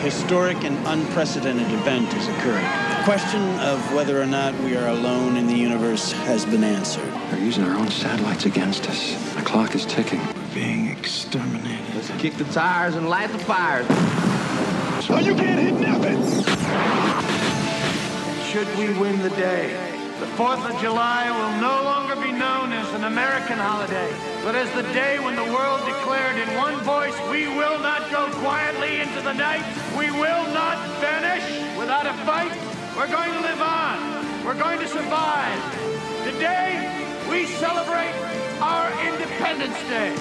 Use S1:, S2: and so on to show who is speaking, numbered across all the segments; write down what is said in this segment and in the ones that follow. S1: historic and unprecedented event is occurring. The question of whether or not we are alone in the universe has been answered.
S2: They're using our own satellites against us. The clock is ticking.
S1: Being exterminated.
S3: Kick the tires and light the fires.
S4: Oh, you can't hit nothing!
S5: Should we win the day, the 4th of July will no longer be known as an American holiday, but as the day when the world declared in one voice, we will not go quietly into the night, we will not vanish without a fight. We're going to live on, we're going to survive. Today, we celebrate our Independence Day.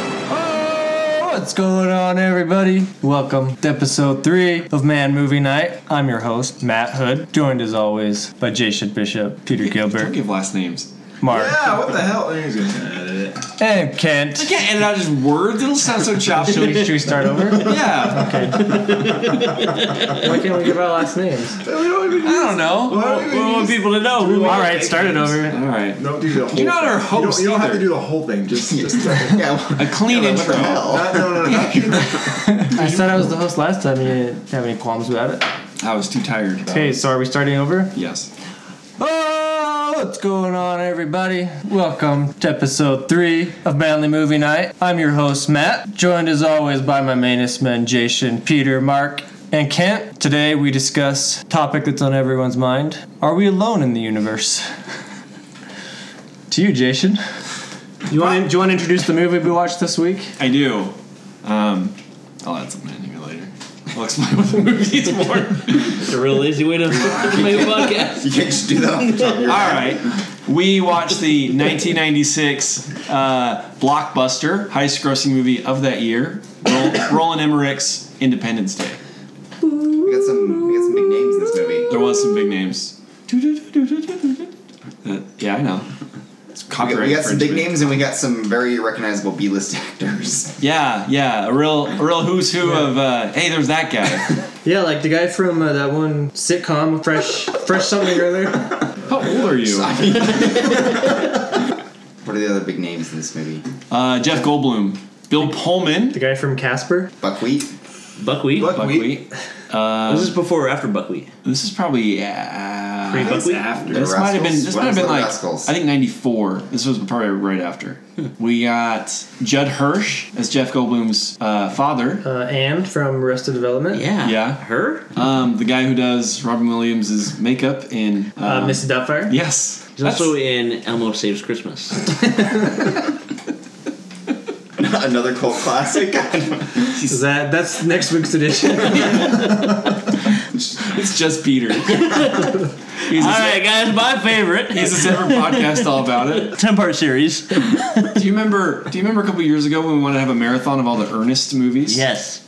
S6: Oh, What's going on, everybody? Welcome to episode three of Man Movie Night. I'm your host, Matt Hood, joined as always by Jay Shit Bishop, Peter
S7: Don't
S6: Gilbert,
S7: give last names.
S6: Mark,
S7: Yeah, what the hell? He's gonna edit it.
S6: and Kent.
S7: You can't edit out just words. It'll sound so chopped.
S6: Should we, should we start over?
S7: yeah.
S6: Why can't we give our last names?
S4: We don't even
S7: I don't know.
S4: don't even use-
S6: people to know. All right, start it over.
S7: All right.
S4: don't do the whole
S7: You're not our
S4: thing. You don't-
S7: host
S4: You don't, have to
S7: either.
S4: do the whole thing. Just, just yeah.
S7: A clean intro.
S4: not, no, no, no, not you.
S6: I said I was the host last time. You didn't have any qualms about it.
S7: I was too tired.
S6: Okay, so are we starting over?
S7: Yes.
S6: Oh, what's going on, everybody? Welcome to episode three of Manly Movie Night. I'm your host, Matt, joined as always by my mainest men, Jason, Peter, Mark, and Kent. Today we discuss a topic that's on everyone's mind. Are we alone in the universe? to you, Jason. You want to, do you want to introduce the movie we watched this week?
S7: I do. Um, I'll add something in here later. I'll explain what the movie is more.
S8: It's a real easy way to make a podcast.
S4: You can't just do that off the top of your
S7: All right. We watched the 1996 uh, blockbuster, highest-grossing movie of that year, Roll- Roland Emmerich's Independence
S9: We
S7: Day.
S9: got some we got some big names in this movie.
S7: There was some big names. Uh, yeah, I know. It's
S9: We got,
S7: copyright.
S9: we got some big
S7: infringement.
S9: names and we got some very recognizable B-list actors.
S7: Yeah, yeah, a real, a real who's who of. Uh, hey, there's that guy.
S6: Yeah, like the guy from uh, that one sitcom, Fresh, Fresh something or other.
S7: How old are you?
S9: What are the other big names in this movie?
S7: Uh, Jeff Goldblum, Bill Pullman,
S6: The guy from Casper.
S9: Buckwheat.
S8: Buckwheat.
S7: Buckwheat.
S8: was this before or after buckwheat?
S7: Uh, This is probably. Uh,
S8: Pre buckwheat.
S9: The
S7: This might have been.
S9: Rascals.
S7: This
S9: What
S7: might
S9: was
S7: have been
S9: the
S7: like.
S9: Rascals?
S7: I think '94. This was probably right after.
S8: Hmm.
S7: we got Judd Hirsch as Jeff Goldblum's uh, father.
S6: Uh, Anne from Arrested Development.
S8: Yeah.
S7: Yeah.
S8: Her.
S7: Um, the guy who does Robin Williams' makeup in.
S6: Uh,
S7: um,
S6: Mrs. Doubtfire.
S7: Yes.
S8: She's also in Elmo Saves Christmas.
S9: Another cult classic.
S6: Is that that's next week's edition?
S7: It's just Peter. he's,
S8: All
S7: a,
S8: right, guys, my favorite.
S7: he's a separate podcast all about it.
S8: ten part series.
S7: Do you remember? Do you remember a couple years ago when we wanted to have a marathon of all the Ernest movies?
S8: Yes.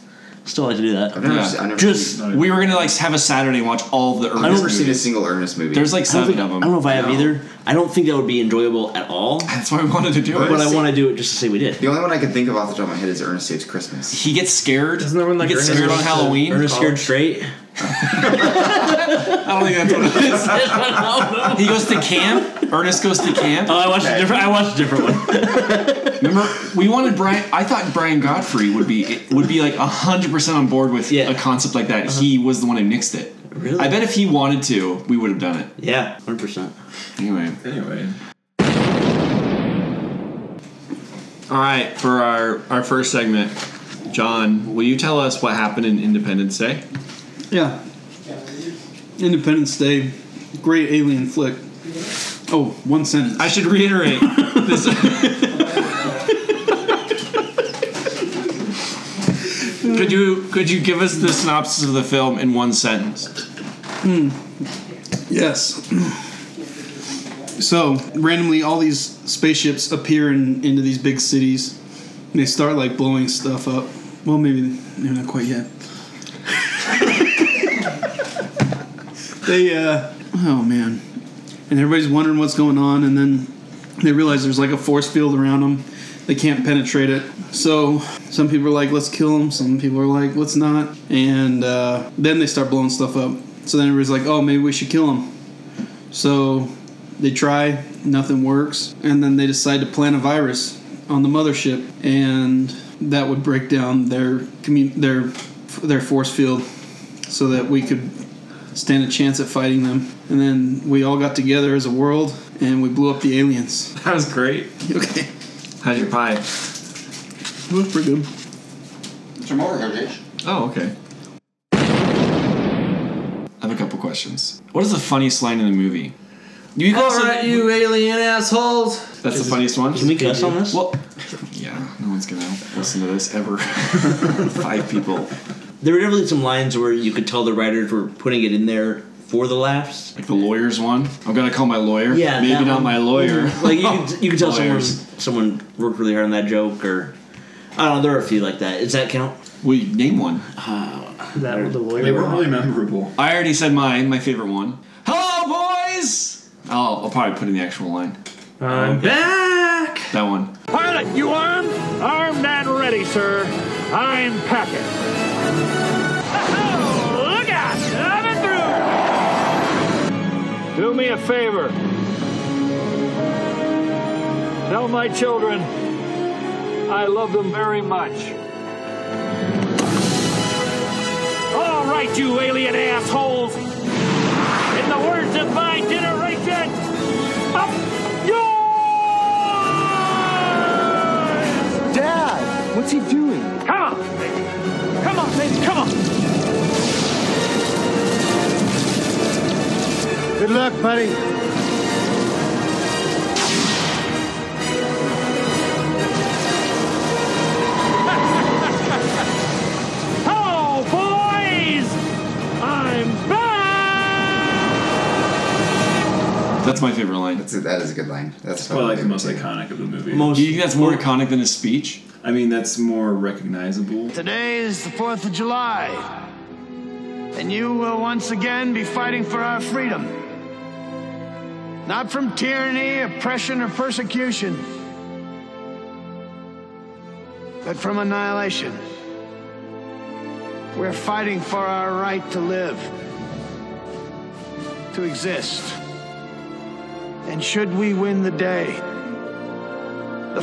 S8: Still like to do
S9: I've
S8: that.
S9: never,
S7: Yeah.
S9: seen, I've never
S8: Just
S9: seen,
S8: I
S7: We were gonna like have a Saturday watch all of the Ernest.
S9: I've never seen a
S7: movies.
S9: single Ernest movie.
S7: There's like
S8: don't,
S7: seven
S8: think, I
S7: of them.
S8: don't know if I have
S9: No.
S8: either. I don't think that would be enjoyable at all.
S7: That's why we wanted to do it.
S8: But I want to do it just to say we did.
S9: the only one I can think of off the top of my head is Ernest Saves Christmas.
S7: He gets scared.
S6: Isn't there one, like,
S7: he gets
S6: Ernest
S7: scared on
S6: goes to-
S7: Halloween?
S8: Ernest
S6: Oh.
S8: scared straight.
S7: I don't think that's what it is.
S8: oh,
S7: He goes to camp. Ernest goes to camp.
S8: I watched a different. I watched a different one.
S7: Remember, we wanted Brian. I thought Brian Godfrey would be it would be like hundred percent on board with
S8: Yeah. Uh-huh.
S7: a concept like that. He was the one who nixed it.
S8: Really?
S7: I bet if he wanted to, we would have done it.
S8: Yeah, hundred percent.
S7: Anyway.
S4: Anyway.
S7: All right, for our, our first segment, John, will you tell us what happened in Independence Day?
S10: Yeah. Independence Day, great alien flick. Oh, one sentence.
S7: I should reiterate this. could you could you give us the synopsis of the film in one sentence?
S10: Yes. So randomly, all these spaceships appear in, into these big cities. And they start like blowing stuff up. Well, maybe maybe not quite yet. they, uh, oh man, and everybody's wondering what's going on, and then they realize there's like a force field around them.
S11: They can't penetrate it. So some people are like, let's kill them. Some people are like, let's not. And uh, then they start blowing stuff up. So then everybody's like, oh, maybe we should kill them. So they try, nothing works, and then they decide to plant a virus on the mothership, and that would break down their commun- their their force field, so that we could stand a chance at fighting them. And then we all got together as a world, and we blew up the aliens.
S7: That was great.
S11: okay,
S7: How's your pie?
S11: blew up pretty good.
S12: Some overhead dish.
S7: Oh, okay. I have a couple questions. What is the funniest line in the movie? You
S13: All right, you alien assholes.
S7: That's the funniest one.
S6: Can we cuss on this?
S7: Well, yeah, no one's gonna listen to this ever. Five people.
S6: There were definitely some lines where you could tell the writers were putting it in there for the laughs.
S7: Like the lawyer's one. I'm gonna call my lawyer.
S6: Yeah,
S7: maybe
S6: that
S7: not
S6: one.
S7: my lawyer.
S6: Like you could, you could tell someone
S7: Lawyers.
S6: someone worked really hard on that joke, or I don't know. There are a few like that. Does that count?
S7: Well, you name one.
S14: That with the
S15: They weren't
S14: lawyer.
S15: really memorable.
S7: I already said mine. My favorite one. Hello, boys. Oh, I'll probably put in the actual line.
S14: I'm back.
S7: That one.
S5: Pilot, you armed? Armed and ready, sir. I'm packing. Look out! I'm through! Do me a favor. Tell my children I love them very much. All right, you alien assholes. In the words of my generation, up yours!
S16: Dad, what's he doing?
S5: Come on, baby. Come on, baby. Come on. Good luck, buddy. Hello, Oh, boys. I'm back.
S7: That's my favorite line.
S12: That's a, that is a good line. That's
S14: Probably like the
S12: my
S14: most
S12: favorite,
S14: iconic of the movie.
S6: Most.
S7: Do you think that's more iconic than his speech?
S14: I mean, that's more recognizable.
S5: Today is the 4th of July. And you will once again be fighting for our freedom. Not from tyranny, oppression, or persecution, but from annihilation. We're fighting for our right to live, to exist. And should we win the day, the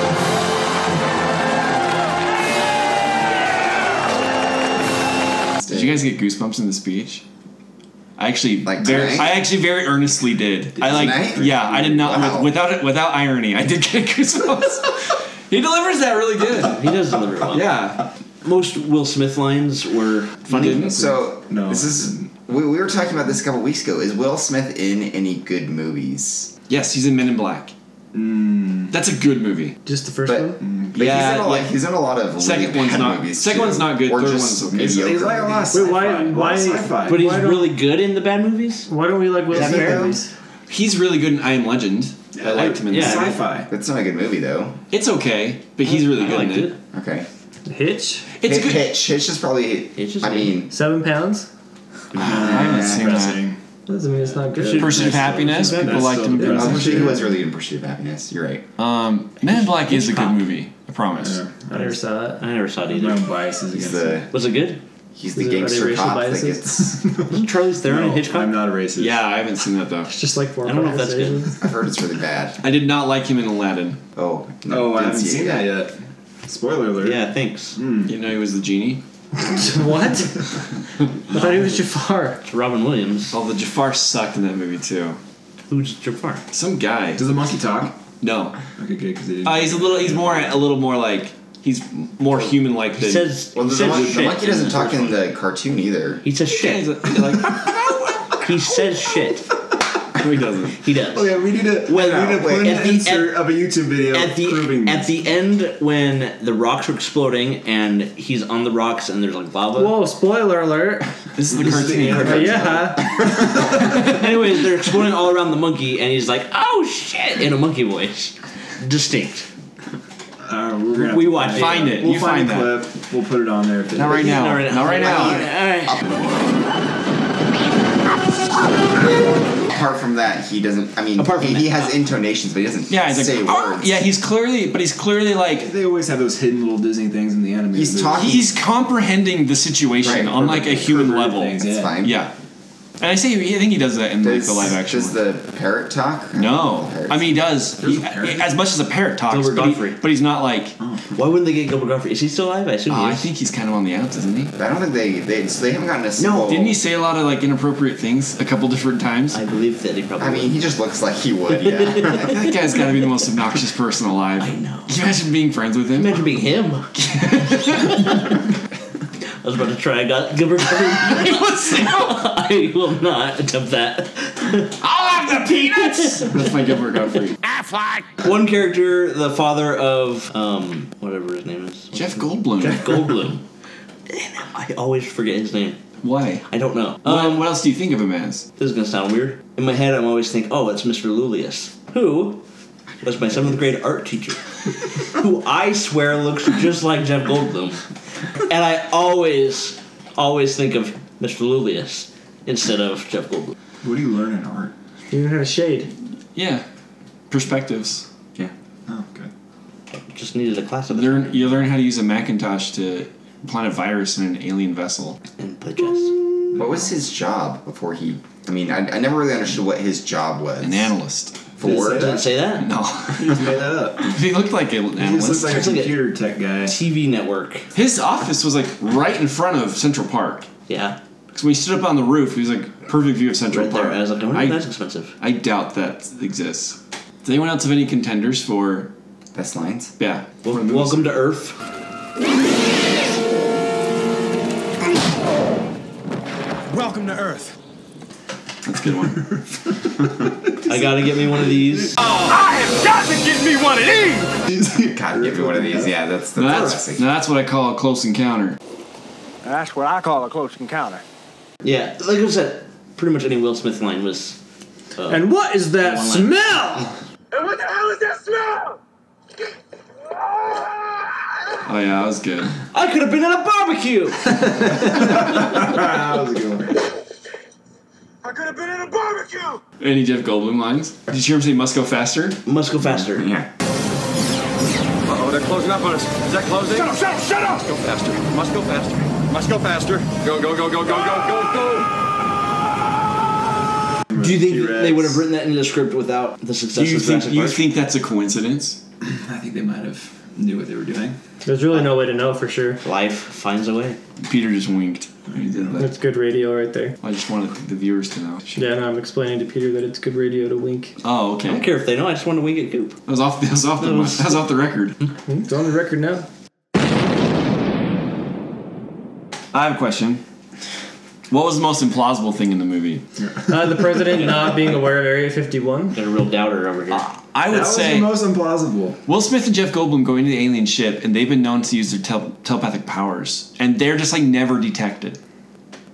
S7: Did you guys get goosebumps in the speech? I actually,
S12: Like
S7: very,
S12: tonight?
S7: I actually very earnestly did. I like,
S12: Tonight?
S7: yeah, I did not
S12: Wow.
S7: without it without irony. I did get goosebumps. he delivers that really good.
S6: He does deliver it well.
S7: Yeah,
S6: Most Will Smith lines were funny.
S7: didn't?
S12: So
S14: No.
S12: this is we, we were talking about this a couple weeks ago. Is Will Smith in any good movies?
S7: yes, he's in Men in Black.
S14: Hmm.
S7: That's a good movie.
S14: Just the first
S12: But,
S14: one?
S12: but
S7: Yeah,
S12: he's, in a, lot-
S7: yeah.
S12: he's in a lot of really
S7: Second one's
S12: bad
S7: not-
S12: Movies
S7: second
S12: too,
S7: one's not good,
S12: Or
S7: third
S12: just
S7: one's okay.
S12: mediocre.
S14: He's
S15: like a lot of
S14: Wait, why?
S15: sci-fi.
S14: Why?
S15: Sci-fi.
S6: But he's
S13: Why don't-
S6: really good in the bad movies.
S13: Why don't we like Will
S12: Is that
S13: Smith
S12: fair?
S13: movies?
S7: He's really good in I Am Legend. I liked him in
S6: yeah.
S7: that.
S14: Sci-fi.
S12: That's not a good movie though.
S7: It's okay, but he's really
S6: I
S7: good
S6: liked
S7: in
S6: it.
S7: it.
S12: Okay.
S13: Hitch?
S7: It's
S12: Hitch,
S7: good.
S12: Hitch. Hitch is probably.
S6: Hitch is
S12: I
S6: good.
S12: mean,
S13: Seven pounds?
S7: I haven't seen that.
S14: Depressing.
S13: Doesn't mean it's not good.
S7: Pursuit of Happiness.
S14: That's
S7: People
S14: so
S7: liked him.
S14: depressing.
S12: I'm
S14: That's
S12: sure he
S14: true.
S12: was really good in Pursuit of Happiness. You're right.
S7: Um, Men in Black is a good
S6: Hitchcock.
S7: movie. I promise.
S14: Yeah.
S13: I never saw it.
S6: I never saw it
S14: My
S6: either.
S14: own biases
S12: He's
S14: against it.
S12: the
S6: Was it good?
S12: he's
S13: Is
S12: the
S13: it- are they
S12: gangster
S13: racial
S12: cop that
S13: biases?
S12: gets.
S6: Wasn't Charlie Theron in Hitchcock?
S14: I'm not a racist.
S7: Yeah, I haven't seen that though.
S13: It's just like four
S6: I don't know if that's good.
S13: conversations.
S12: I've heard it's really bad.
S7: I did not like him in Aladdin.
S12: Oh.
S14: Oh, I
S12: didn't
S14: haven't
S12: see it
S14: seen that
S12: yet.
S14: yet. Spoiler alert.
S6: Yeah, thanks.
S7: You know, he was the genie.
S13: what? I thought he was Jafar.
S6: It's Robin Williams.
S7: Although Jafar sucked in that movie too.
S6: Who's Jafar?
S7: Some guy.
S14: Does the monkey talk?
S7: No,
S14: Okay, good. Because
S7: uh, he's a little. He's more a little more like he's more human like
S6: He
S7: than.
S6: says.
S12: Well,
S6: he
S12: the,
S6: says
S12: mon- the
S6: shit
S12: monkey doesn't
S6: the
S12: talk
S6: first
S12: in
S6: one.
S12: the cartoon either.
S6: He says
S7: Yeah, he's
S6: shit.
S7: a- like,
S6: He says shit.
S14: No, he doesn't.
S6: He does.
S14: Oh yeah, we need to.
S6: Wait,
S14: we need to
S6: wait,
S14: put an
S6: at the-
S14: insert of a YouTube video
S6: at the
S14: proving
S6: at the end when the rocks are exploding and he's on the rocks and there's like lava.
S5: Whoa! Spoiler alert.
S7: This
S5: is the cartoon. yeah.
S6: Anyways, they're exploding all around the monkey and he's like, "Oh shit!" in a monkey voice, distinct.
S14: Uh, we're gonna
S6: we watch
S7: Find it.
S14: We'll
S7: You
S14: find,
S7: find
S14: a clip. We'll put it on there. If it
S7: Not right now. Not right
S12: Apart from that, he doesn't. I mean,
S7: Apart from
S12: he, he
S7: that. uh,
S12: has intonations, but he doesn't
S7: Yeah, he's
S12: say
S7: like, "Arr!"
S12: words.
S7: yeah, he's clearly, but he's clearly like.
S14: They always have those hidden little Disney things in the anime.
S12: He's
S14: movies.
S12: talking-
S7: He's comprehending the situation
S12: Right,
S7: on like a
S14: perverted-
S7: human
S14: perverted
S7: level.
S14: things,
S12: It's
S14: yeah.
S12: fine.
S7: Yeah, and I say I think he does that in like
S12: Does,
S7: the live action.
S12: does
S7: one.
S12: the parrot talk?
S7: no,
S12: Parrots.
S7: I mean he does. He- as much as a parrot talks,
S6: Gilbert Oh,
S7: but, he-
S6: Godfrey.
S7: but he's not like.
S6: Why wouldn't they get Gilbert Godfrey? Is he still alive? I assume
S7: Oh,
S6: he
S7: I
S6: is.
S7: think he's kind of on the outs, isn't he?
S12: I don't think they they, so they haven't gotten a
S7: No,
S12: single-
S7: didn't he say a lot of like inappropriate things a couple different times?
S6: I believe that he probably.
S12: I mean, he just looks like he would. Yeah.
S7: that guy's got to be the most obnoxious person alive.
S6: I know.
S7: Can you imagine being friends with him?
S6: Imagine being him. I was about to try. I got Gilbert. Godfrey. I will not attempt that.
S7: I'll have the peanuts. That's my Gilbert Godfrey.
S6: One character, the father of um, whatever his name is,
S7: Jeff Goldblum.
S6: Goldblum. I always forget his name.
S7: Why?
S6: I don't know.
S7: Um,
S6: Um,
S7: what else do you think of him as?
S6: this is gonna sound weird. In my head, I'm always think, oh, it's Mr. Lulius, who was my seventh grade art teacher, who I swear looks just like Jeff Goldblum, and I always, always think of Mr. Lulius instead of Jeff Goldblum.
S14: What do you learn in art?
S5: You don't have a shade.
S7: Yeah, perspectives.
S14: Yeah. Oh, okay.
S6: Just needed a class of it
S7: Learn you learn how to use a Macintosh to plant a virus in an alien vessel.
S6: and play chess.
S12: what was his job before he? I mean, I, I never really understood what his job was.
S7: An analyst.
S12: For
S6: Didn't say that.
S7: No,
S14: He just made that up.
S7: he looked like an
S14: He just looks
S7: analyst.
S14: like a
S6: Looks like a-
S14: computer tech guy.
S6: TV network.
S7: His office was like right in front of Central Park.
S6: Yeah.
S7: Because when he stood up on the roof, he was like perfect view of Central
S6: Right
S7: Park.
S6: there. I was like, I wonder
S7: I,
S6: if that's expensive.
S7: I doubt that exists. Does anyone else have any contenders for?
S12: Best lines.
S7: Yeah.
S6: Wel- welcome to Earth.
S17: Welcome to Earth.
S7: That's a good one.
S6: I gotta get me one of these.
S18: I have got to get me one of these!
S12: God, give me one of these. Yeah, that's
S7: now,
S12: that's,
S7: that's, now that's what I call a close encounter.
S18: That's what I call a close encounter.
S6: Yeah, like I said, pretty much any Will Smith line was. uh,
S5: And what is that smell?
S18: And what the hell is that smell?
S7: Oh yeah, that was good.
S6: I could have been at a barbecue.
S14: that was a good one.
S18: I could have been at a barbecue!
S7: Any Jeff Goldblum lines? Did you hear him say "must go faster"?
S6: Must go faster.
S12: yeah.
S18: Oh, they're closing up on us. Is that closing? Shut up, shut up, shut up! Go faster. Must go faster. Must go faster. Go, go, go, go, go, go, go, go!
S6: Do you think
S14: T-Rex.
S6: they would have written that into the script without the success
S7: Do you
S6: of
S7: think
S6: Jurassic
S7: you
S6: Park?
S7: think that's a coincidence?
S14: I think they might have knew what they were doing.
S5: There's really no way to know for sure.
S6: Life finds a way.
S7: Peter just winked. He did that.
S5: That's good radio right there.
S7: I just wanted the viewers to know.
S5: Yeah, no, I'm explaining to Peter that it's good radio to wink.
S7: Oh,
S6: I don't
S7: okay.
S6: care if they know. I just want to wink at Goop.
S7: That was off. That was off the.
S6: That was-
S7: That was off the record.
S5: It's on the record now.
S7: I have a question. What was the most implausible thing in the movie?
S5: Uh, the president not being aware of Area 51.
S6: Got a real doubter over here.
S7: I would
S14: That was
S7: say
S14: the most implausible.
S7: Will Smith and Jeff Goldblum go into the alien ship, and they've been known to use their tel- telepathic powers, and they're just like never detected.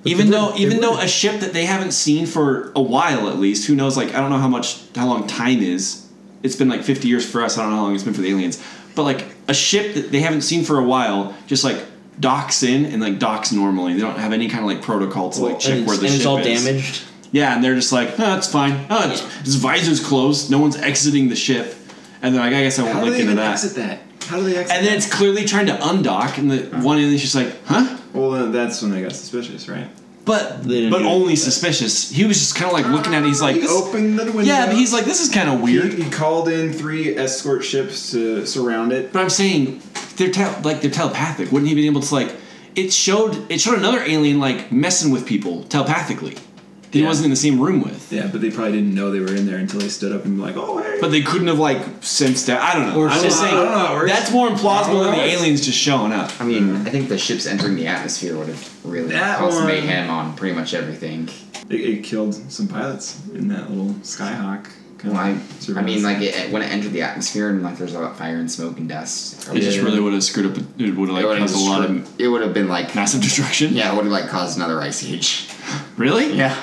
S7: even though, even though a ship that they haven't seen for a while, at least, who knows? Like, I don't know how much, how long time is. It's been like fifty years for us. I don't know how long it's been for the aliens. But like a ship that they haven't seen for a while, just like docks in and like docks normally. They don't have any kind of like protocol to like check
S6: and
S7: where
S6: it's,
S7: the
S6: and
S7: ship
S6: it's all
S7: is.
S6: damaged.
S7: Yeah, and they're just like, oh, it's fine. Oh, it's, his visor's closed. No one's exiting the ship. And they're like, I guess I won't
S14: How do
S7: look
S14: they
S7: into
S14: even
S7: that.
S14: exit that? How do they exit?
S7: And then it's clearly trying to undock, and the one alien's just like, huh?
S14: that? well, then that's when they got suspicious, right?
S7: But
S6: They didn't
S7: but
S6: do it.
S7: only suspicious. He was just kind of like looking at it. He's like,
S14: He
S7: this-
S14: opened the window.
S7: yeah, but he's like, this is kind of weird.
S14: He, he called in three escort ships to surround it.
S7: But I'm saying they're tel- like they're telepathic. Wouldn't he be able to like? It showed it showed another alien like messing with people telepathically. That he
S14: Yeah.
S7: wasn't in the same room with.
S14: Yeah, but they probably didn't know they were in there until they stood up and were like, oh hey.
S7: But they couldn't have like sensed that. I don't know.
S6: Or
S7: I'm just
S6: sensed-
S7: saying
S14: I don't know how it works.
S7: that's more implausible than the aliens just showing up.
S12: I mean, I think the ships entering the atmosphere would have really
S14: That
S12: caused
S14: one-
S12: mayhem on pretty much everything.
S14: It, it killed some pilots in that little Skyhawk. Kind
S12: Well, I,
S14: of
S12: I mean,
S14: surveillance.
S12: like it, when it entered the atmosphere and like there's all that fire and smoke and dust.
S7: It just really would have screwed up. It would have
S12: It
S7: like
S12: would've
S7: caused a
S12: just
S7: lot
S12: screwed-
S7: of.
S12: It would have been like
S7: massive destruction.
S12: Yeah, it would have like caused another ice age.
S7: Really?
S12: Yeah.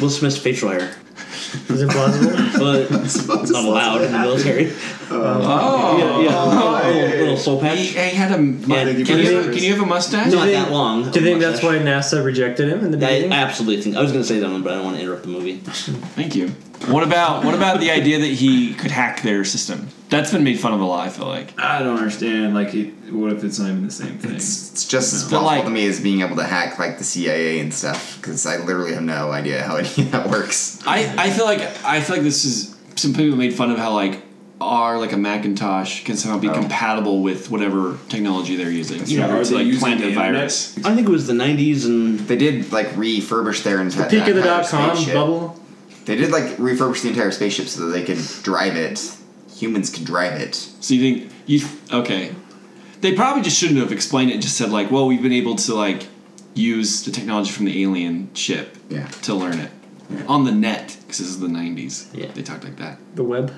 S8: Will Smith's facial hair. Is it plausible? but it's not allowed in the military.
S7: Oh.
S8: yeah, yeah. little, little soul patch.
S7: He, he had a. can, you have, can you have a mustache?
S8: Not that long.
S7: Do you think that's
S8: why NASA rejected him in the beginning? I absolutely think. I was going to say that one, but I don't want to interrupt the movie.
S7: Thank you. What about what about the idea that he could hack their system? That's been made fun of a lot. I feel like.
S14: I don't understand. Like, it, what if it's not even the same thing? It's,
S12: It's just as plausible to me as being able to hack like the CIA and stuff because I literally have no idea how any of that works.
S7: I, I feel like I feel like this is some people made fun of how like R like a Macintosh can somehow
S12: Oh.
S7: be compatible with whatever technology they're using. in order to, like plant a virus.
S8: I think it was the '90s, and
S12: they did like refurbish their entire
S7: peak of the
S12: entire
S7: dot-com
S12: spaceship.
S7: bubble?
S12: They did like refurbish the entire spaceship so that they could drive it. Humans could drive it.
S7: So you think you okay? They probably just shouldn't have explained it and just said like, well, we've been able to like use the technology from the alien ship
S12: yeah.
S7: to learn it on the net because this is the '90s. Yeah, they talked like that.
S6: The web.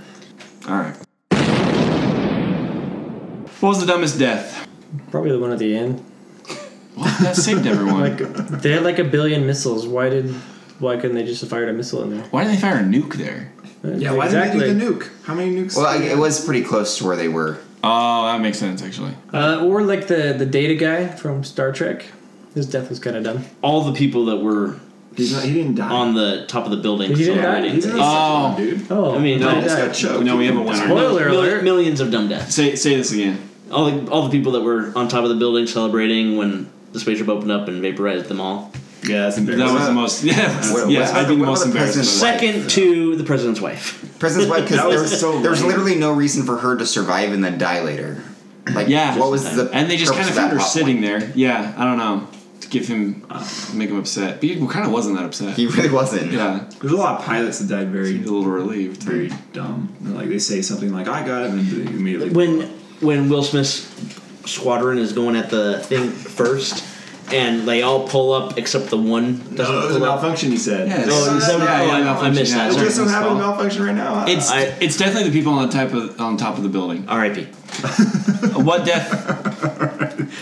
S7: All right. What was the dumbest death?
S19: Probably the one at the end.
S7: What? That saved everyone.
S19: like they had like a billion missiles. Why did? Why couldn't they just have fired a missile in there?
S7: Why did they fire a nuke there?
S14: yeah, why didn't they do the nuke? How many nukes?
S12: Well, I, it was pretty close to where they were.
S7: Oh, that makes sense actually.
S19: Uh, or like the the data guy from Star Trek. His death was kind of dumb.
S8: All the people that were
S14: he didn't die
S8: on the top of the building.
S19: He didn't die?
S8: celebrating
S19: He's
S8: things.
S19: not
S14: dude.
S19: Oh,
S8: I mean,
S19: No,
S8: no,
S19: he got choked. No, we have a winner. Spoiler alert.
S8: Millions of dumb deaths.
S7: Say say this again.
S8: All the all the people that were on top of the building celebrating when the spaceship opened up and vaporized them all.
S14: Yeah, that's
S7: embarrassing. That was the most- yeah, that's- What- yeah, what that'd be about the the most embarrassing. president's wife?
S8: Second to the president's wife.
S12: President's wife, because
S8: That
S12: there,
S8: was so
S12: there was
S8: lame.
S12: literally no reason for her to survive and then die later. Like,
S7: yeah,
S12: what was the
S7: and they just
S12: purpose
S7: kind of
S12: that
S7: had her
S12: plot
S7: sitting there. Yeah, I don't know. To give him, make him upset. But he kind of wasn't that upset.
S12: He really wasn't.
S7: Yeah,
S14: There's a lot of pilots that died very
S7: a little relieved,
S14: very dumb. And, like they say something like "I got it," and they immediately
S8: when when Will Smith's squadron is going at the thing first, and they all pull up except the one. Doesn't
S14: No, it was a
S8: pull up.
S14: malfunction. He said.
S8: Yeah, Oh, it's- so- yeah, yeah, I malfunction, missed yeah, that.
S14: It
S8: sorry.
S14: just so happened to malfunction right now.
S7: It's
S14: I,
S7: it's definitely the people on the type of on top of the building.
S8: R.I.P.
S7: what death?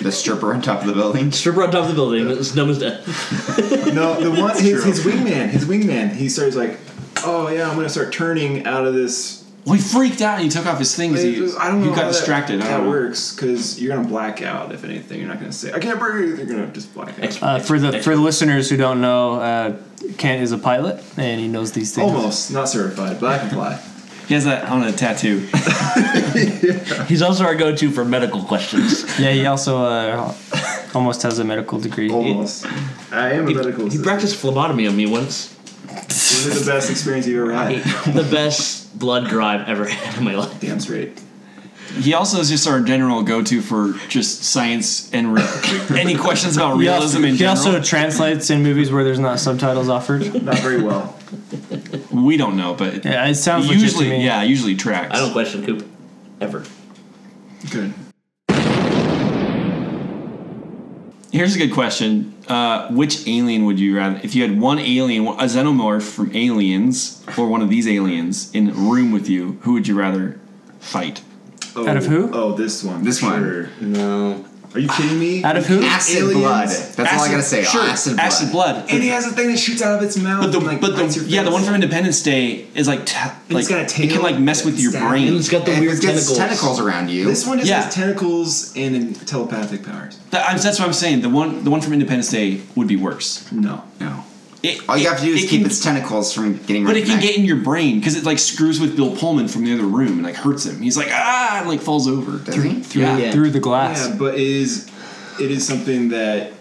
S12: the stripper on top of the building.
S8: Stripper on top of the building. It's dumb as death.
S14: no, the one his, his wingman, his wingman. He starts like, "Oh yeah, I'm gonna start turning out of this."
S7: Well, he freaked out and he took off his things.
S14: I,
S7: He-
S14: I don't know.
S7: he got
S14: how that-
S7: distracted. I
S14: That,
S7: don't know.
S14: works because you're gonna black out. If anything, you're not gonna say, "I can't breathe." You're gonna just black out.
S6: Uh, for the for the listeners who don't know, uh, Kent is a pilot and he knows these things.
S14: Almost not certified, but I can fly.
S7: He has that on a tattoo.
S8: He's also our go-to for medical questions.
S6: yeah, he also uh, almost has a medical degree.
S14: Almost. I am a medical. He
S8: practiced phlebotomy on me once.
S14: Was it the best experience you ever had?
S8: the best blood draw I've ever had in my life.
S14: Damn straight.
S7: He also is just our general go-to for just science and re- any questions about
S6: He also-
S7: realism in
S6: he
S7: general.
S6: also translates in movies where there's not subtitles offered.
S14: Not very well.
S7: we don't know, but
S6: yeah, it sounds legit to
S7: usually
S6: me.
S7: yeah, usually tracks. I don't
S8: question Coop ever.
S14: Good.
S7: Here's a good question: uh, Which alien would you rather, if you had one alien, a xenomorph from Aliens, or one of these aliens in a room with you, who would you rather fight?
S14: Oh, Oh, this one. This one. No. Are you kidding me?
S7: Out of who? Acid blood. That's all I
S14: Acid-
S7: gotta say, acid blood.
S14: And he has a thing that shoots out of its mouth. But the,
S7: but the, yeah, the one from Independence Day is like, t- like
S14: it's got a
S7: it can
S14: tail
S7: like mess with your
S14: stab.
S7: brain.
S14: And it's got the And weird it's got tentacles. tentacles
S12: around
S14: This one just
S7: yeah.
S14: has tentacles and in- telepathic powers.
S7: That- I'm- that's what I'm saying. The one, the one from Independence Day would be worse.
S14: No,
S7: no.
S12: all you have to do is keep its tentacles from getting
S7: But
S12: rid
S7: it
S12: of
S7: can
S12: Mac.
S7: get in your brain because it like screws with Bill Pullman from the other room and like hurts him. He's like ah, and like falls over
S6: Through-
S12: through,
S6: through the glass.
S14: Yeah, but it is it is something that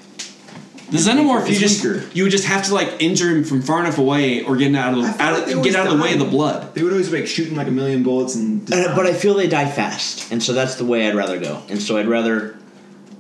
S7: The xenomorph, you
S14: It's
S7: just you would just have to like injure him from far enough away or get out of the out of,
S14: they always
S7: get out of the way of the
S14: die.
S7: blood.
S14: they would always be like shooting like a million bullets and.
S8: And, uh, but I feel they die fast, and so that's the way I'd rather go. And so I'd rather.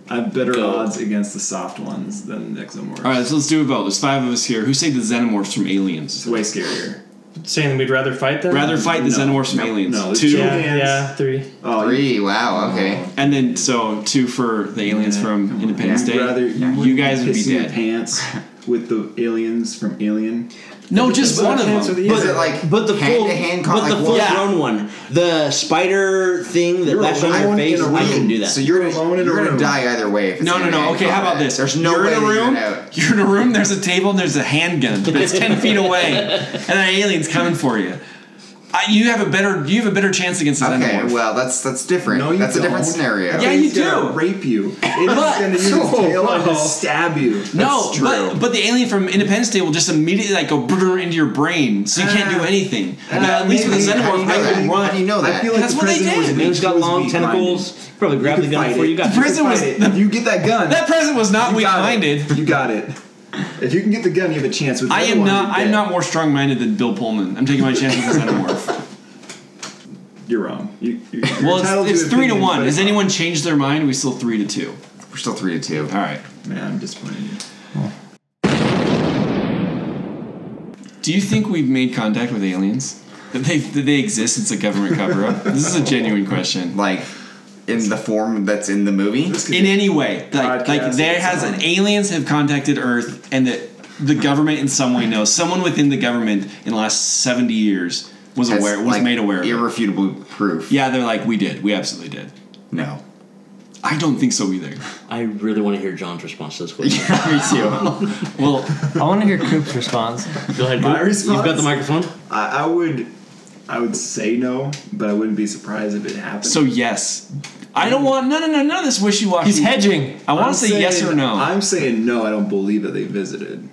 S14: I have better odds against the soft ones than the exomorphs.
S7: All right, so let's do a vote. There's five of us here. Who saved the xenomorphs from aliens? It's
S14: way scarier.
S6: Saying we'd rather fight them.
S7: Rather fight the
S6: No.
S7: xenomorphs from aliens.
S6: no, it's
S7: two.
S6: two Yeah, hands. yeah, three.
S14: Oh,
S12: Three. Wow. Okay.
S7: And then so two for the aliens from Independence
S14: You'd
S7: Day.
S14: rather-
S7: you guys would be
S14: pissing your
S7: dead.
S14: pants with the aliens from Alien?
S7: No, just one of them.
S8: But, but the full, but the full grown one, the spider thing that
S7: You're
S8: latches on your
S7: alone
S8: face,
S7: in a
S8: I can
S7: room.
S8: do that.
S7: So you're alone in a
S8: you're
S7: room.
S12: either way. If it's
S7: No, no,
S12: gonna
S7: no.
S12: end
S7: Okay, how about
S12: combat.
S7: this?
S12: There's no
S7: you're
S12: way
S7: in a
S12: to get
S7: room.
S12: it out.
S7: You're in a room. There's a table and there's a handgun, but it's ten feet away, and an alien's coming for you. I, you have a better. You have a better chance against an
S12: Okay,
S7: Xenomorph.
S12: well, that's that's different.
S7: No, you
S12: that's a different
S7: don't.
S12: scenario.
S7: Yeah, you
S12: He's gonna
S7: do.
S14: Rape you.
S7: But-
S14: stab you.
S7: No, but but the alien from Independence Day will just immediately like go brrr into your brain, so you can't
S14: Ah.
S7: do anything. But at least with a Xenomorph, I can
S14: I
S7: run.
S14: feel like
S7: That's
S14: the
S7: what they
S14: president was
S7: did.
S14: weak. He was weak-minded.
S8: Probably grab
S14: could
S8: the gun
S14: fight
S8: before
S14: it.
S8: you got
S14: The
S8: it.
S14: prison was. You get that gun.
S7: That present was not
S14: weak minded. You got it. If you can get the gun, you have a chance. With the
S7: I
S14: other
S7: am
S14: one,
S7: not.
S14: you're
S7: I'm
S14: dead.
S7: not more strong minded than Bill Pullman. I'm taking my chances with a Xenomorph.
S14: You're wrong. You, you
S7: well,
S14: entitled to
S7: it's, it's three to
S14: opinions,
S7: one.
S14: but
S7: Has anyone changed their mind? We still three to two.
S12: We're still three to two. All
S7: right.
S14: Man, I'm disappointed. in you.
S7: Do you think we've made contact with aliens? That they that they exist? It's a government cover up. this is a genuine question.
S12: Like in the form that's in the movie.
S7: In any way, like like there has an aliens have contacted Earth, and that the government in some way knows. Someone within the government in the last seventy years was
S12: Has,
S7: aware was
S12: like,
S7: made aware. Of
S12: irrefutable proof.
S7: Yeah, they're like we did. We absolutely did.
S12: No.
S7: I don't think so either.
S8: I really want to hear John's response to this question.
S12: me too.
S7: well,
S6: I want to hear Coop's response.
S8: Go ahead,
S14: My response?
S8: You've got the microphone.
S14: I, I would, I would say no, but I wouldn't be surprised if it happened.
S7: So yes, I don't want no no no none of this wishy washy.
S14: He's hedging.
S7: I want to say yes
S14: saying-
S7: or no.
S14: I'm saying no. I don't believe that they visited.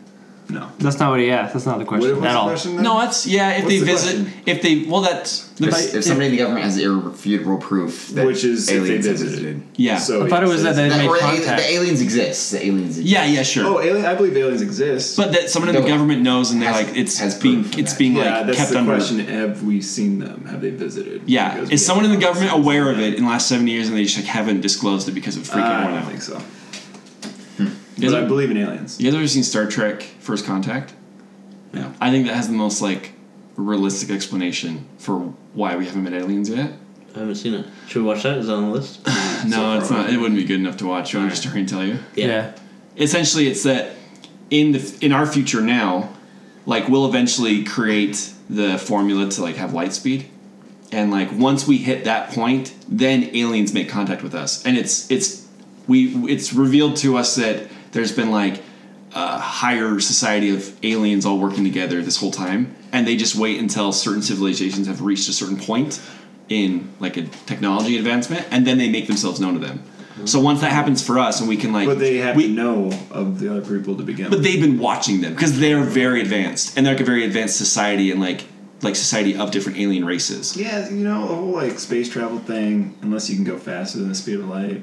S14: No.
S6: That's not what he asked. That's not the question
S14: what's
S6: at
S14: the
S6: all.
S14: question then?
S7: No, that's yeah. If
S14: What's
S7: they
S14: the
S7: visit, if they well, that's the
S12: If, if somebody in the government has irrefutable proof that
S14: Which is if they
S12: aliens have
S14: visited.
S12: visited.
S7: Yeah.
S14: So I thought it was that they made
S12: or the ali-
S14: contact.
S12: The aliens exist. The aliens. Exist.
S7: Yeah, yeah, sure.
S14: Oh, alien, I believe aliens exist.
S7: But that someone in the government knows, and they're like, it's being it's being
S14: yeah,
S7: like
S14: that's
S7: kept
S14: the
S7: under.
S14: question. Have we seen them? Have they visited?
S7: Yeah,
S14: Because we
S7: is someone in the government aware of it in the last seventy years, and they just like haven't disclosed it because of
S14: Uh,
S7: freaking
S14: I
S7: out?
S14: don't think so.
S12: Hmm.
S7: You guys
S14: But I
S7: ever-
S14: believe in aliens.
S7: You guys ever seen Star Trek: First Contact?
S14: Yeah.
S7: I think that has the most like realistic explanation for why we haven't met aliens yet.
S8: I haven't seen it. Should we watch that? Is it on the list?
S7: No,
S8: So
S7: it's
S8: far
S7: not.
S8: away.
S7: It wouldn't be good enough to watch. You want me to just hurry and tell you?
S8: Yeah. Yeah.
S7: Essentially, it's that in the in our future now, like we'll eventually create the formula to like have light speed, and like once we hit that point, then aliens make contact with us, and it's it's we it's revealed to us that there's been like a higher society of aliens all working together this whole time, and they just wait until certain civilizations have reached a certain point in like a technology advancement, and then they make themselves known to them. So once that happens for us, and we can like,
S14: Mm-hmm. But they have to know of the other people to begin.
S7: but
S14: with.
S7: they've been watching them because they're very advanced, and they're like a very advanced society, and like like society of different alien races.
S14: Yeah, you know the whole like space travel thing. Unless you can go faster than the speed of light.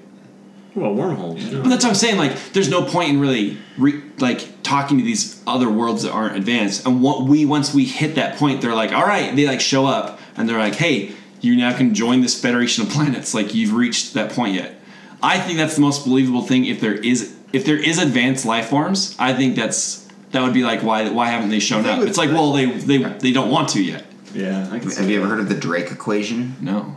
S8: Well, wormholes.
S7: But that's what I'm saying. Like, there's no point in really re- like talking to these other worlds that aren't advanced. And what we once we hit that point, they're like, all right, they like show up and they're like, hey, you now can join this federation of planets. Like, you've reached that point yet. I think that's the most believable thing. If there is if there is advanced life forms, I think that's that would be like why why haven't they shown
S14: The thing
S7: up?
S14: with
S7: It's like well they they they don't want to yet.
S14: Yeah, I can see
S12: Have you ever heard of the Drake equation?
S7: No.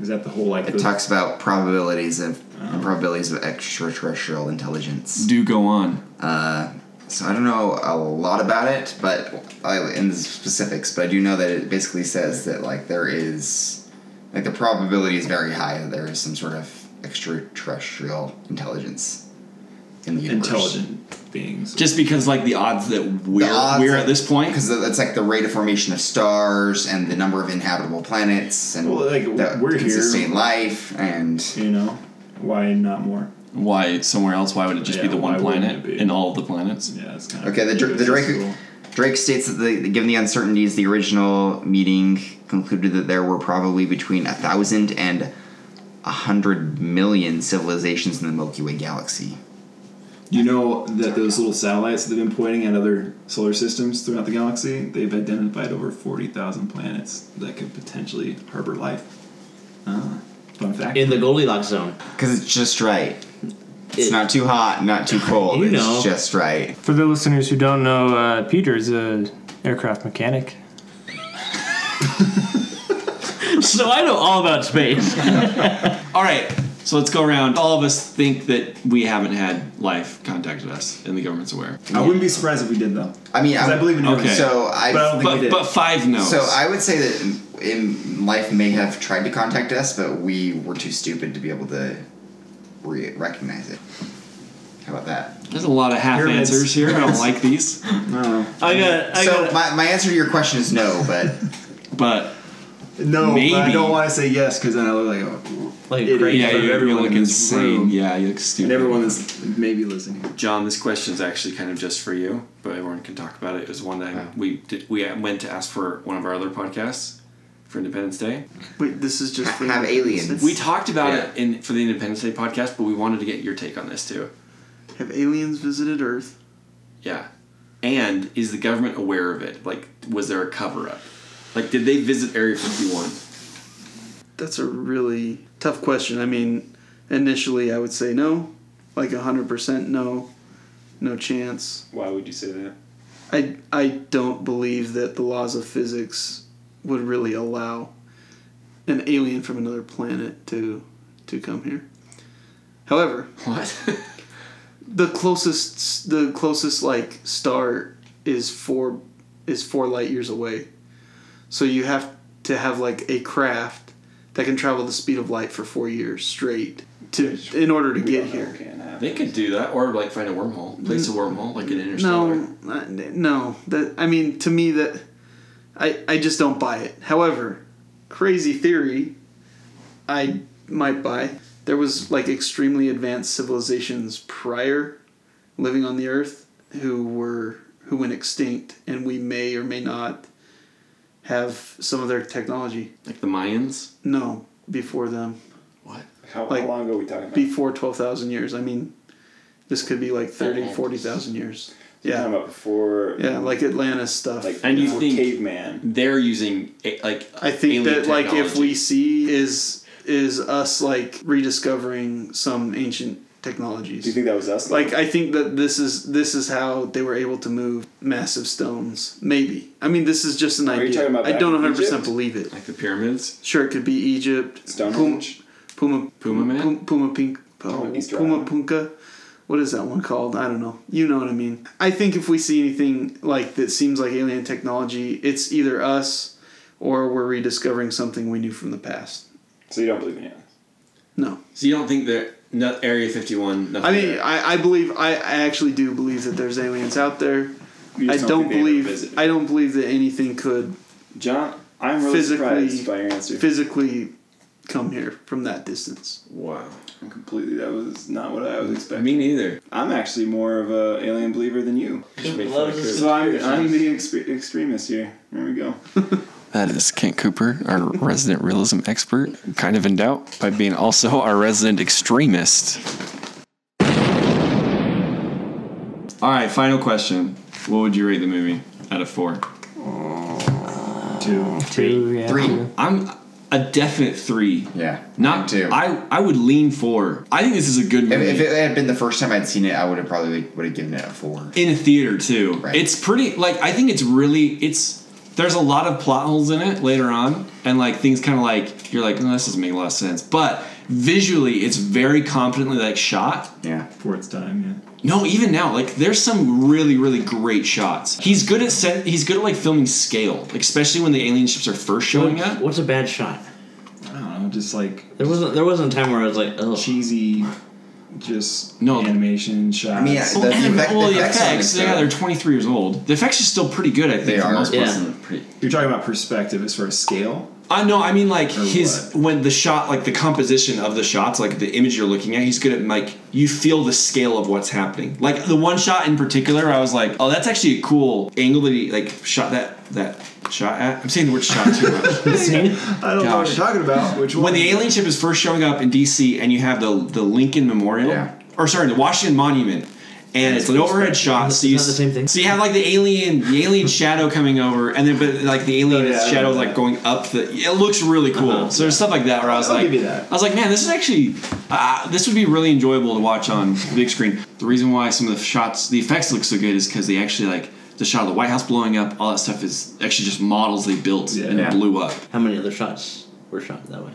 S14: Is that the whole like?
S12: It
S14: the-
S12: talks about probabilities of probabilities of extraterrestrial intelligence.
S7: Do go on.
S12: Uh, so I don't know a lot about it, but I, in the specifics, but I do know that it basically says that like there is like the probability is very high that there is some sort of extraterrestrial intelligence in the universe.
S14: Intelligent beings.
S7: Just because like the odds that we're we're at this point
S12: because that's like the rate of formation of stars and the number of inhabitable planets and
S14: Well, like,
S12: the,
S14: we're here.
S12: the consistent life and
S14: you know why not more?
S7: why somewhere else why would it just be
S14: Yeah,
S7: the one
S14: why wouldn't
S7: planet
S14: it be?
S7: in all of the planets?
S14: Yeah, it's kind
S12: Okay, the, Dra- the Drake Drake states that the, given the uncertainties, the original meeting concluded that there were probably between a thousand and a hundred million civilizations in the Milky Way galaxy.
S14: You know that those little satellites that have been pointing at other solar systems throughout the galaxy, they've identified over 40,000 planets that could potentially harbor life. Uh, fun fact.
S8: In the Goldilocks zone.
S12: Because it's just right. It's not too hot, not too cold.
S6: You
S12: it's
S6: know.
S12: just right.
S6: For the listeners who don't know, uh, Peter's a aircraft mechanic.
S8: so I know all about space.
S7: all right, So let's go around. All of us think that we haven't had life contacted us, and the government's aware.
S14: I wouldn't be surprised if we did though.
S12: I mean,
S14: 'Cause I, believe in
S7: okay.
S14: everything.
S12: So I,
S14: but Um, I don't think we did.
S12: So I would say that in life may have tried to contact us, but we were too stupid to be able to re- recognize it. How about that?
S7: There's a lot of half
S12: Pyramids.
S7: answers here. I don't like these.
S14: No.
S12: I
S7: got- I
S12: so
S7: got-
S12: my, my answer to your question is no, but
S7: but
S14: no, but I
S7: Maybe.
S14: don't want to say yes because then I look like a idiot
S7: yeah,
S14: for
S7: you, you
S14: everyone
S7: look
S14: in this
S7: insane.
S14: room.
S7: Yeah, you look stupid.
S14: And everyone that's maybe listening.
S7: John, this question is actually kind of just for you, but everyone can talk about it. It was one time we did, we went to ask for one of our other podcasts for Independence Day.
S14: Wait, this is just
S12: have aliens.
S7: We talked about it in for the Independence Day podcast, but we wanted to get your take on this too.
S14: Have aliens visited Earth?
S7: Yeah, and is the government aware of it? Like, was there a cover up? Like, did they visit Area Fifty One?
S10: That's a really tough question. I mean, initially I would say no, like 100% no, no chance.
S7: Why would you say that?
S10: I, I don't believe that the laws of physics would really allow an alien from another planet to to come here. However,
S7: what?
S10: the closest the closest like star is four is four light years away. So you have to have like a craft that can travel the speed of light for four years straight to in order to get here.
S7: They could do that, or like find a wormhole, place a wormhole, like an interstellar.
S10: No, uh, no. That I mean, to me, that I I just don't buy it. However, crazy theory, I might buy. There was like extremely advanced civilizations prior, living on the Earth, who were who went extinct, and we may or may not have some of their technology.
S7: Like the Mayans.
S10: No, before them.
S7: What?
S14: How,
S10: Like,
S14: how long ago are we talking about?
S10: Before twelve thousand years. I mean, this could be like 30, 40,000 years.
S14: You're
S10: Yeah.
S14: talking about before.
S10: Yeah, like Atlantis stuff.
S14: Like,
S7: And you
S14: before
S7: think
S14: caveman?
S7: they're using a- like
S10: I think
S7: alien
S10: that like if
S7: technology.
S10: we see is is us like rediscovering some ancient technologies. Do you
S14: think that was us?
S10: Like I think that this is this is how they were able to move massive stones. Maybe. I mean this is just an
S14: Are you
S10: idea.
S14: talking about
S10: I
S14: back
S10: don't
S14: in
S10: 100 percent
S14: Egypt?
S10: believe it.
S7: like the pyramids.
S10: Sure, it could be Egypt.
S14: Stonehenge?
S10: Puma Puma
S7: Puma
S10: Puma,
S7: Man?
S10: Puma Pink
S14: Oh, Easter
S10: Puma Punka. What is that one called? I don't know. You know what I mean. I think if we see anything like that seems like alien technology, it's either us or we're rediscovering something we knew from the past.
S14: So you don't believe in aliens?
S10: No.
S7: So you don't think that no, Area 51? Nothing
S10: I mean, I, I believe I, I actually do believe that there's aliens out there.
S14: You
S10: I
S14: just don't
S10: don't
S14: think they ever
S10: believe
S14: visited.
S10: I don't believe that anything could
S14: John, I'm really surprised by your answer.
S10: physically come here from that distance.
S7: Wow.
S14: Completely, that was not what I was expecting.
S7: Me neither.
S14: I'm actually more of a alien believer than you.
S7: Just make fun of Chris.
S14: So I'm, I'm the extre- extremist here. There we go.
S7: That is Kent Cooper, our resident realism expert, kind of in doubt by being also our resident extremist. All right, final question. What would you rate the movie out of four?
S12: Uh,
S14: Two.
S19: Two, yeah.
S7: Three. I'm a definite three.
S12: Yeah.
S7: Not two. I, I would lean four. I think this is a good
S12: if,
S7: movie.
S12: if it had been the first time I'd seen it, I would have probably would have given it a four.
S7: in a theater too. It's pretty like I think it's really it's there's a lot of plot holes in it later on and like things kind of like you're like no this doesn't make a lot of sense but visually it's very competently like shot
S12: yeah
S14: for its time yeah
S7: no even now like there's some really really great shots he's good at set he's good at like filming scale like, especially when the alien ships are first showing up
S8: what's a bad shot
S14: I don't know, just like
S8: there wasn't there wasn't a time where I was like, oh,
S14: cheesy, just
S7: no
S14: animation shots.
S12: I mean, yeah, the, the, effect,
S7: well,
S12: the
S7: the
S12: effects, on
S7: effects,
S12: this,
S7: yeah,
S12: uh,
S7: they're 23 years old. The effects are still pretty good, I think,
S12: They
S7: for
S12: are,
S7: the most part.
S12: yeah.
S7: Pretty-
S14: You're talking about perspective as far as scale.
S7: I know. Uh, I mean, like his when the shot, like the composition of the shots, like the image you're looking at, he's good at like you feel the scale of what's happening. Like the one shot in particular, I was like, oh, that's actually a cool angle that he like shot that that shot at. I'm saying the word shot too much.
S14: I don't know what
S7: Gosh.
S14: you're talking about. Which one?
S7: when the alien ship is first showing up in D.C. and you have the the Lincoln Memorial, or sorry, the Washington Monument. And it's an overhead shot, so you,
S8: not the same thing.
S7: so you have like the alien, the alien shadow coming over, and then but like the alien
S14: Oh, yeah, I
S7: shadow
S14: remember Uh-huh.
S7: like going up the. It looks really cool. So there's stuff like that where I was
S14: I'll
S7: like,
S14: give you that.
S7: I was like, man, this is actually uh, this would be really enjoyable to watch on big screen. The reason why some of the shots, the effects look so good, is because they actually like the shot of the White House blowing up, all that stuff is actually just models they built and
S12: Yeah.
S7: blew up.
S8: how many other shots were shot that way?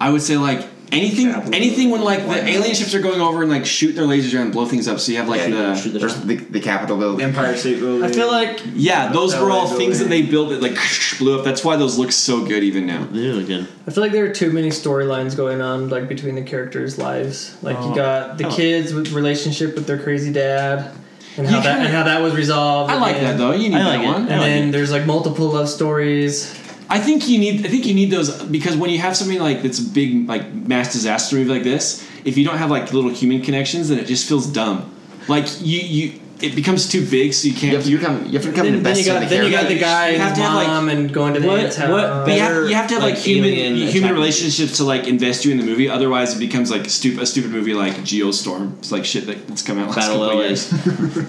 S7: I would say like Anything, anything when like the alien ships are going over and like shoot their lasers around and blow things up. So you have like the,
S12: there's the the Capitol building,
S14: Empire State Building.
S7: I feel like yeah, those were all
S19: LA
S7: things that they built that like blew up. That's why those look so good even now.
S20: They look good.
S19: I feel like there are too many storylines going on, like between the characters' lives. Like
S7: Oh.
S19: you got the
S7: Oh.
S19: kids' with relationship with their crazy dad, and how
S7: You
S19: that
S7: kinda-
S19: and how that was resolved.
S7: I like
S19: and-
S7: that, though. You need I like that it. one. I
S19: And
S7: like
S19: then
S7: it.
S19: there's like multiple love stories.
S7: I think you need. I think you need those because when you have something like that's a big like mass disaster movie like this, if you don't have like little human connections, then it just feels dumb. Like you, you, it becomes too big, so you can't. You have to become. You have to
S19: then, then you got then you got the guy and
S7: have to have like.
S19: mom and going to the aunt's house.
S7: but you have, you have to have like, human human relationships to like invest you in the movie. Otherwise, it becomes like stupid a stupid movie like Geostorm. It's like shit that- that's come out last
S19: Battle
S7: couple of
S19: LA.
S7: years.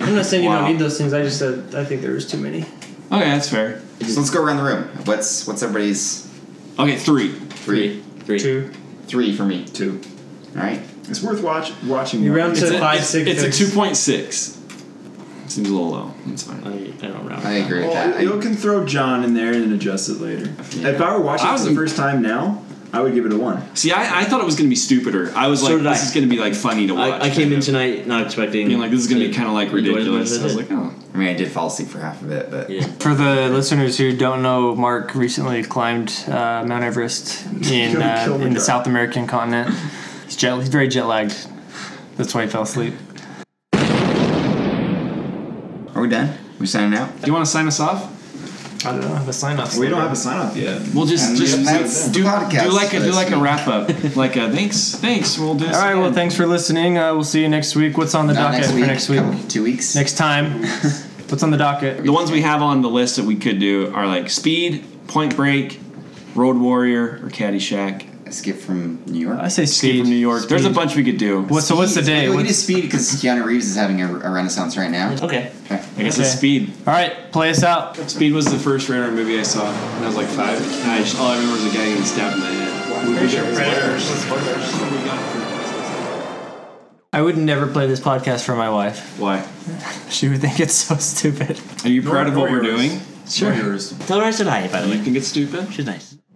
S19: I'm not saying you
S7: Wow.
S19: don't need those things. I just said I think there was too many.
S7: Okay, that's fair.
S12: So let's go around the room. What's what's everybody's?
S7: Okay, three.
S12: Three.
S19: Three. Two.
S12: Three for me.
S14: Two.
S12: All right.
S14: It's worth watch, watching.
S19: You round
S14: It's
S19: to
S14: a-
S19: five,
S14: it's-
S19: six,
S14: It's a
S19: six.
S14: two point six.
S7: Seems a little low. That's fine. I,
S20: don't round.
S12: I agree with
S14: Well,
S12: that.
S14: you can throw John in there and then adjust it later. If I were watching
S7: I
S14: it for the first time now, I would give it a one.
S7: See, I, I thought it was going to be stupider. I was
S14: So
S7: like,
S14: did
S7: this
S14: I.
S7: is going to be like funny to watch.
S14: I came
S7: in
S20: tonight not expecting.
S7: Being like, this is going to be kind of like ridiculous. I was like, oh.
S12: I mean, I did fall asleep for half of it, but
S6: For the listeners who don't know, Mark recently climbed uh, Mount Everest in uh, in the South American continent. He's jet, he's very jet lagged. That's why he fell asleep.
S12: Are we done? We signing out?
S7: Do you want to sign us off?
S6: I don't have a sign off.
S14: We don't have a sign off yet.
S7: We'll just
S14: And
S7: just
S14: that's
S7: do, do,
S14: the podcast
S7: like
S14: for
S7: a do
S14: this
S7: like a
S14: week.
S7: wrap up. like a thanks, thanks. We'll do.
S6: All right. Well, thanks for listening. Uh, we'll see you next week. What's on the
S7: Not
S6: docket
S7: next
S6: for
S7: week,
S6: next week?
S12: two weeks.
S6: Next time. What's on the docket?
S7: The ones we have on the list that we could do are like Speed, Point Break, Road Warrior, or Caddyshack.
S12: Escape from New York.
S7: I say Escape from New York. There's a
S12: Speed.
S7: bunch we could do.
S12: We need to speed because Keanu Reeves is having a, a renaissance right now.
S20: Okay.
S12: Okay.
S7: I guess it's Speed.
S6: All right, play us out.
S7: Speed was the first radar movie I saw when I was like five, and I just, all I remember was a guy getting stabbed in the head. We- we did-
S6: I would never play this podcast for my wife.
S7: Why?
S6: She would think it's so stupid.
S7: Are you proud of what we're doing?
S6: Sure.
S20: Tell her I said hi, by the way.
S7: You think it's stupid?
S20: She's nice.